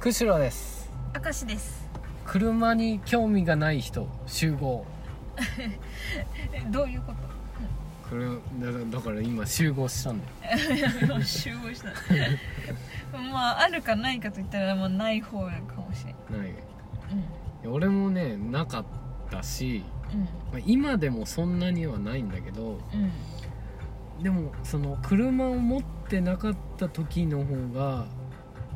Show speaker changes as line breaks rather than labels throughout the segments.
釧路です
明石です
車に興味がない人集合
えどういうこと
車だだから今集合したんだよ
集合した まああるかないかと言ったら、まあ、ない方かもしれん
ないいや俺もねなかったし、
うんうん
まあ、今でもそんなにはないんだけど
うん
でもその車を持ってなかった時の方が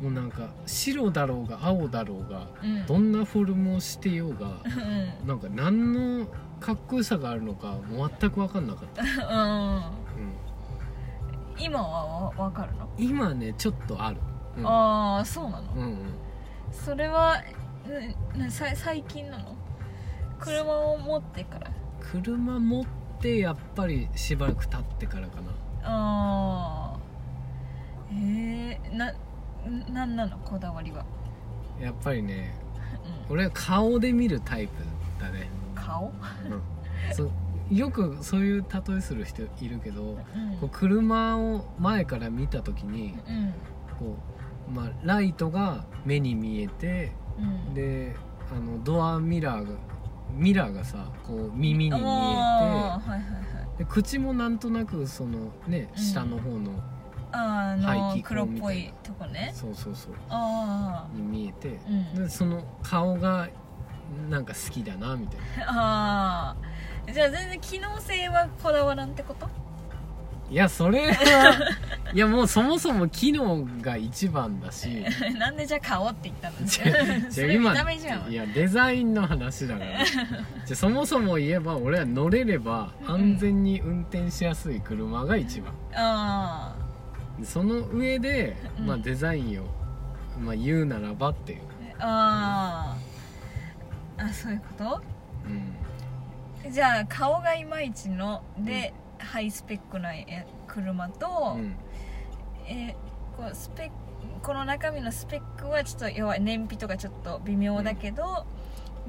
もうなんか白だろうが青だろうが
うん
どんなフォルムをしてようが
うん
なんか何のかっこよさがあるのか全く分かんなかった、
うん
うん
今はわわかるの、
今ねちょっとある、うん、
ああそうなの、
うんうん
それはななさい最近なの車を持ってから
車持ってやっぱりしばらく経ってからかな
ああえー、ななんなのこだわりは、
やっぱりね
う
俺は顔で見るタイプだね、
ん、顔、
うん、そうよくそういう例えする人いるけど
うん
こう車を前から見た時に
うん
こう、まあ、ライトが目に見えて
うん、
であのドアミラーがミラーがさこう耳に見え
あーはいはいはい
てで口もなんとなくそのね
うん
下の方の、
あ
排
の
気口
黒っぽ
み
い
たいな
とこね
そうそうそう
あ
に見えて、
あうん
でその顔がなんか好きだなみ たいな
ああじゃあ全然機能性はこだわらんってこと
いやそれはいやもうそもそも機能が一番だし 違
なんでじゃあ顔って言ったの
う
そ
違う
れ見
今
た目じゃん
いやデザインの話だから じゃあそもそも言えば俺は乗れれば
うん
安全に運転しやすい車が一番、
あ
でその上で、
うん
まあ、デザインを、まあ、言うならばっていう、
ーあーあそういうこ
うん、
とじゃあ顔がいまいちので、ハイスペックなえ車と、
うん
えーこうスペックこの中身のスペックはちょっと要は燃費とかちょっと微妙だけど、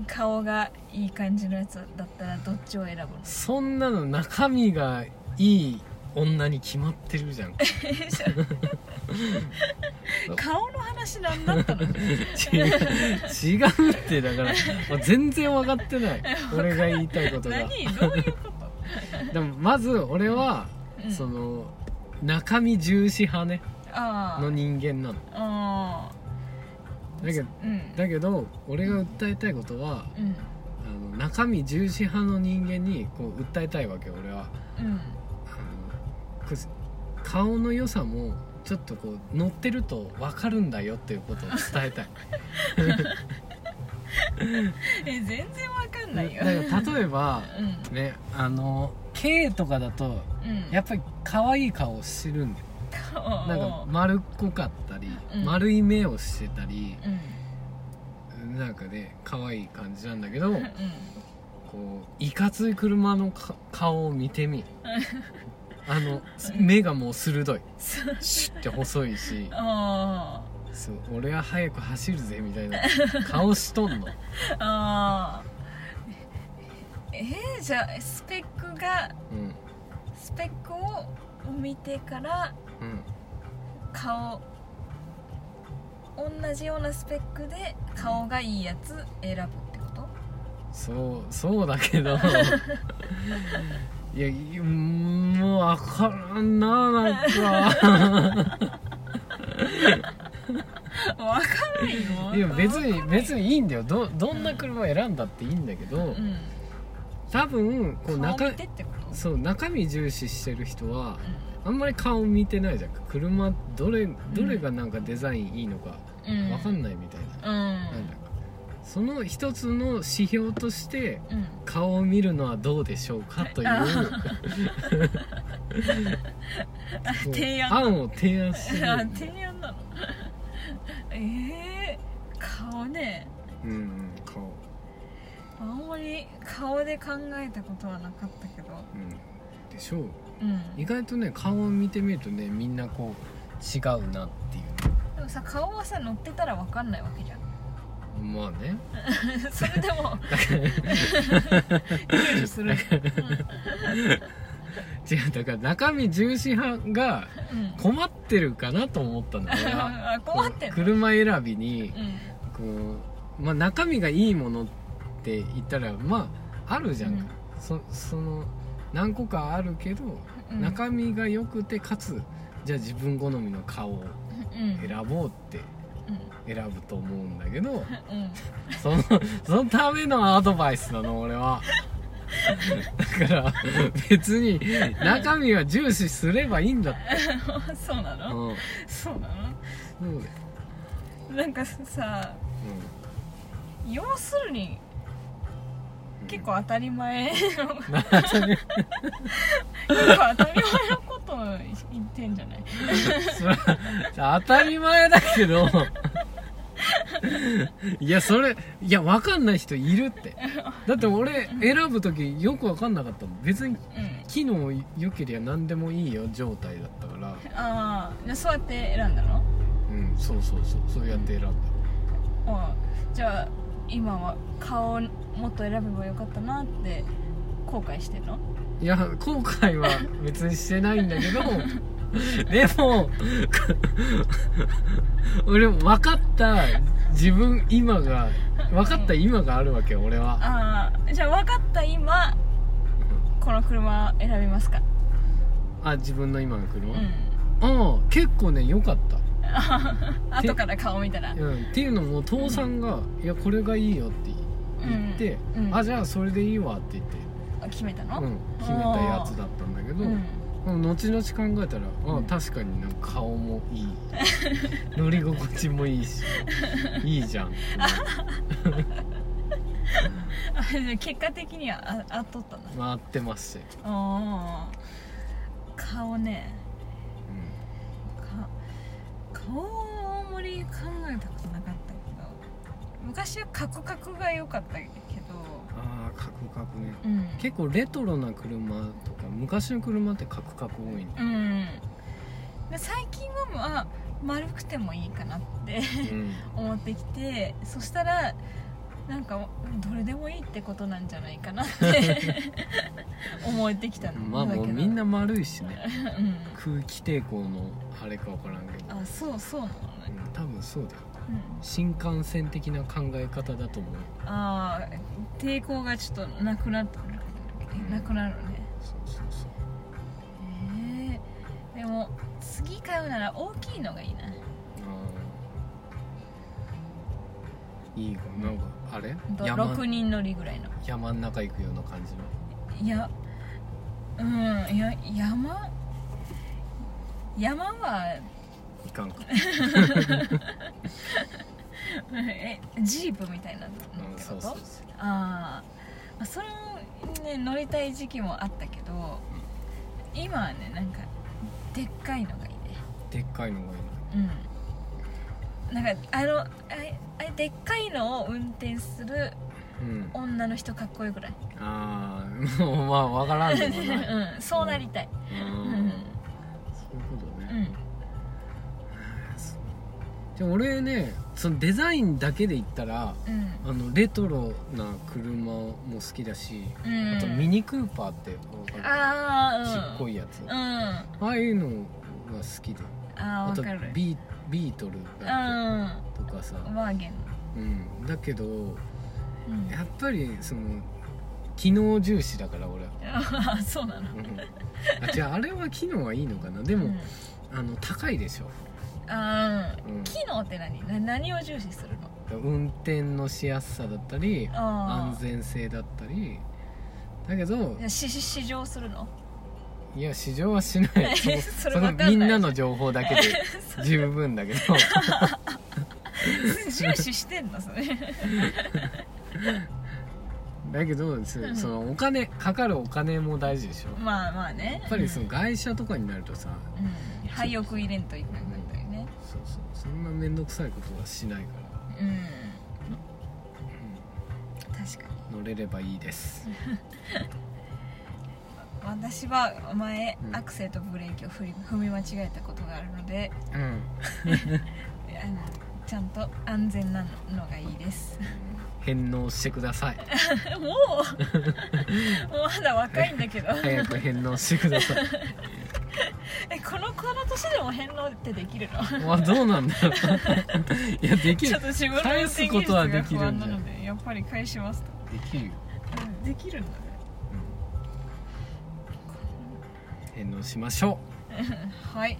顔がいい感じのやつだったらどっち を選ぶの
そんなの中身がいい女に決まってるじゃん
顔の話なんだったの
違う違うってだからもう全然分かって ない俺が言いたいことが
何ど ういうこ
でもまず俺は、
と、うん
その中身重視派ね
ああ
の人間なの
あ
だけど
あうん
だけど俺が訴えたいことは
うん
あの中身重視派の人間にこう訴えたいわけよ俺は
うん
あのくす顔の良さもちょっとこう乗ってると分かるんだよっていうことを伝えたい
え全然わかん ないよ
だから例えば
うん
ねあの K とかだと
うん
やっぱり可愛い顔してるんだよ
おう
なんか丸っこかったり、
うん
丸い目をしてたり
うん
なんかね可愛い感じなんだけどこ
うん
ういかつい車のか顔を見てみあの目がもう鋭い
そう
シュッて細いし
あ
そう俺は早く走るぜみたいな顔しとんの
あああえー、じゃあスペックが
うん
スペックを見てから
うん
顔同じようなスペックで顔がいいやつ選ぶってこと
そうそうだけ どいやいやうんもうわからんななんか
わかんないよ
いや別に別にいいんだよどどんな車を選んだっていいんだけど
うん
多分こう
顔
中
見てってこと
そう中身重視してる人はあんまり顔見てないじゃん車どれどれがなんかデザインいいのか
うん
わかん
ない
ないみたいな、
うん
なんだかその一つの指標として
うん
顔を見るのはどうでしょうかという
あ
そう
提案
案を提案して
あ
る、
提案なの ええ顔ね
うんうん顔、
あんまり顔で考えたことはなかったけど
うん、でしょう
うん
意外とね顔を見てみるとねみんなこう違うなっていう
でもさ顔はさ乗ってたらわかんないわけじゃ ん
まあね
それでも享受する
違うだから中身重視派が
うん
困ってるかなと思った んだ俺は
あ困ってんの
車選びに
うん
こう、まあ、中身がいいものって言ったらまああるじゃんか、そその何個かあるけど、
うん
中身が良くてかつじゃあ自分好みの顔を
うん
選ぼうって選ぶと思うんだけど
うん うん
そのそのためのアドバイスなの俺はだから別に中身は重視すればいいんだって、
そうな
う
の、
ん、
そ
そ
うな
うだよ
のなんかさ要するに
うん
結構当たり前の結構
なんかね
当たり前のことを言ってんじゃない
それ当たり前だけどいやそれいや分かんない人いるってだって俺選ぶ時よく分かんなかったもん別に
うん
機能良けりゃ何でもいいよ状態だったから
ああじゃあそうやって選んだの
うんそうそうそうそうやって選んだ
あーじゃあ今は顔をもっと選べばよかったなって後悔してんの
いや後悔は別にしてないんだ けどでもこ俺も分かった自分今が分かった今があるわけよ俺は
ああじゃあ分かった今この車選びますか
あ自分の今の車、
う
うん、
ん
結構ね良かった
後から顔見たら
うん、っていうのも父さんが「いやこれがいいよ」って言って「
うんうん
あじゃあそれでいいわ」って言って、
決めたの、
うん、決めたやつだったんだけど、
うん
うん後々考えたら、あ
うん
確かになんか顔もいい 乗り心地もいいしいいじ ゃんって
あじゃあ結果的にはああっとったんだ
回ってまして、
ああ顔ねか顔をあんまり考えたことなかったけど昔はカクカクが良かったけど
ああカクカクね
うん
結構レトロな車とか昔の車ってカクカク多いんだ
う、んで最近はまあ丸くてもいいかなって
うん
思ってきてそしたらなんかどれでもいいってことなんじゃないかなって 思えてきたん
まあ
だけど
もうみんな丸いしね
うん
空気抵抗のあれか分からんけど、
あそうそうなのね、
うん多分そうだよ
うん、
新幹線的な考え方だと思う
あー抵抗がちょっとなくなってくるえなくなるね
そうそうそう
えーでも次買うなら大きいのがいいな
あーいいかなんかあれ
ほんと
山
6人乗りぐらいの
山ん中行くような感じの
いやうんいや山山はい
かんか
えジープみたいなのってこ
うん
と
そうそうそう
あーまあそれもね乗りたい時期もあったけど今はねなんかでっかいのがいいね
でっかいのがいい
うんなんかあのあれあれでっかいのを運転する
なうん
女の人かっこよくない
ああもうまあわからんで もない
うんそうなりたい
うん
う
そうんいうこと
う
ね、
ん
じゃあ俺ねそのデザインだけで言ったら
うん
あのレトロな車も好きだし、
うん
あとミニクーパーってわかる
あ
ち
あ
っこ
い
いやつ、
うん
あ
あ
あいうのが好きで
あ
あ
わ
と
かる
ビービートル
うん
だっ
ワ
けとかさ、
ーゲン
うん、だけど
うん
やっぱりその機能重視だから俺は、
ああそうなの
うん、あ違うあれは機能はいいのかなでも、
うん
あの高いでしょ、
ああ
うん、
機能って何な何を重視するの
運転のしやすさだったり
あ
安全性だったりだけど
あしし試乗する の
いや試乗はしな いそ
え
の
それ
その
わかんない
みんなの情報だけ で十分だけど
重視してんのそれ
だけどそ
うん
そのお金かかるお金も大事でしょ
まあまあね
やっぱりその外車とかになるとさ、
うん廃屋入れんといけないんだよね
そうそうそんな面倒くさいことはしないか
うん
ら、
確か
う
に
ん乗れればいいです
私は前
うん
アクセルとブレーキを踏み踏み間違えたことがあるので
うん
あのちゃんと安全なのがいいです
返納してください
もうもうまだ若いんだけど
早く返納してください
えこのこの年でも返納ってできるの
まあどうなんだろういやでき
ちょ
る
っと自分の
返すことはできるんじゃ
なのでやっぱり返しますと、
できるよ、
うん、できるんだね
返納しましょう
はい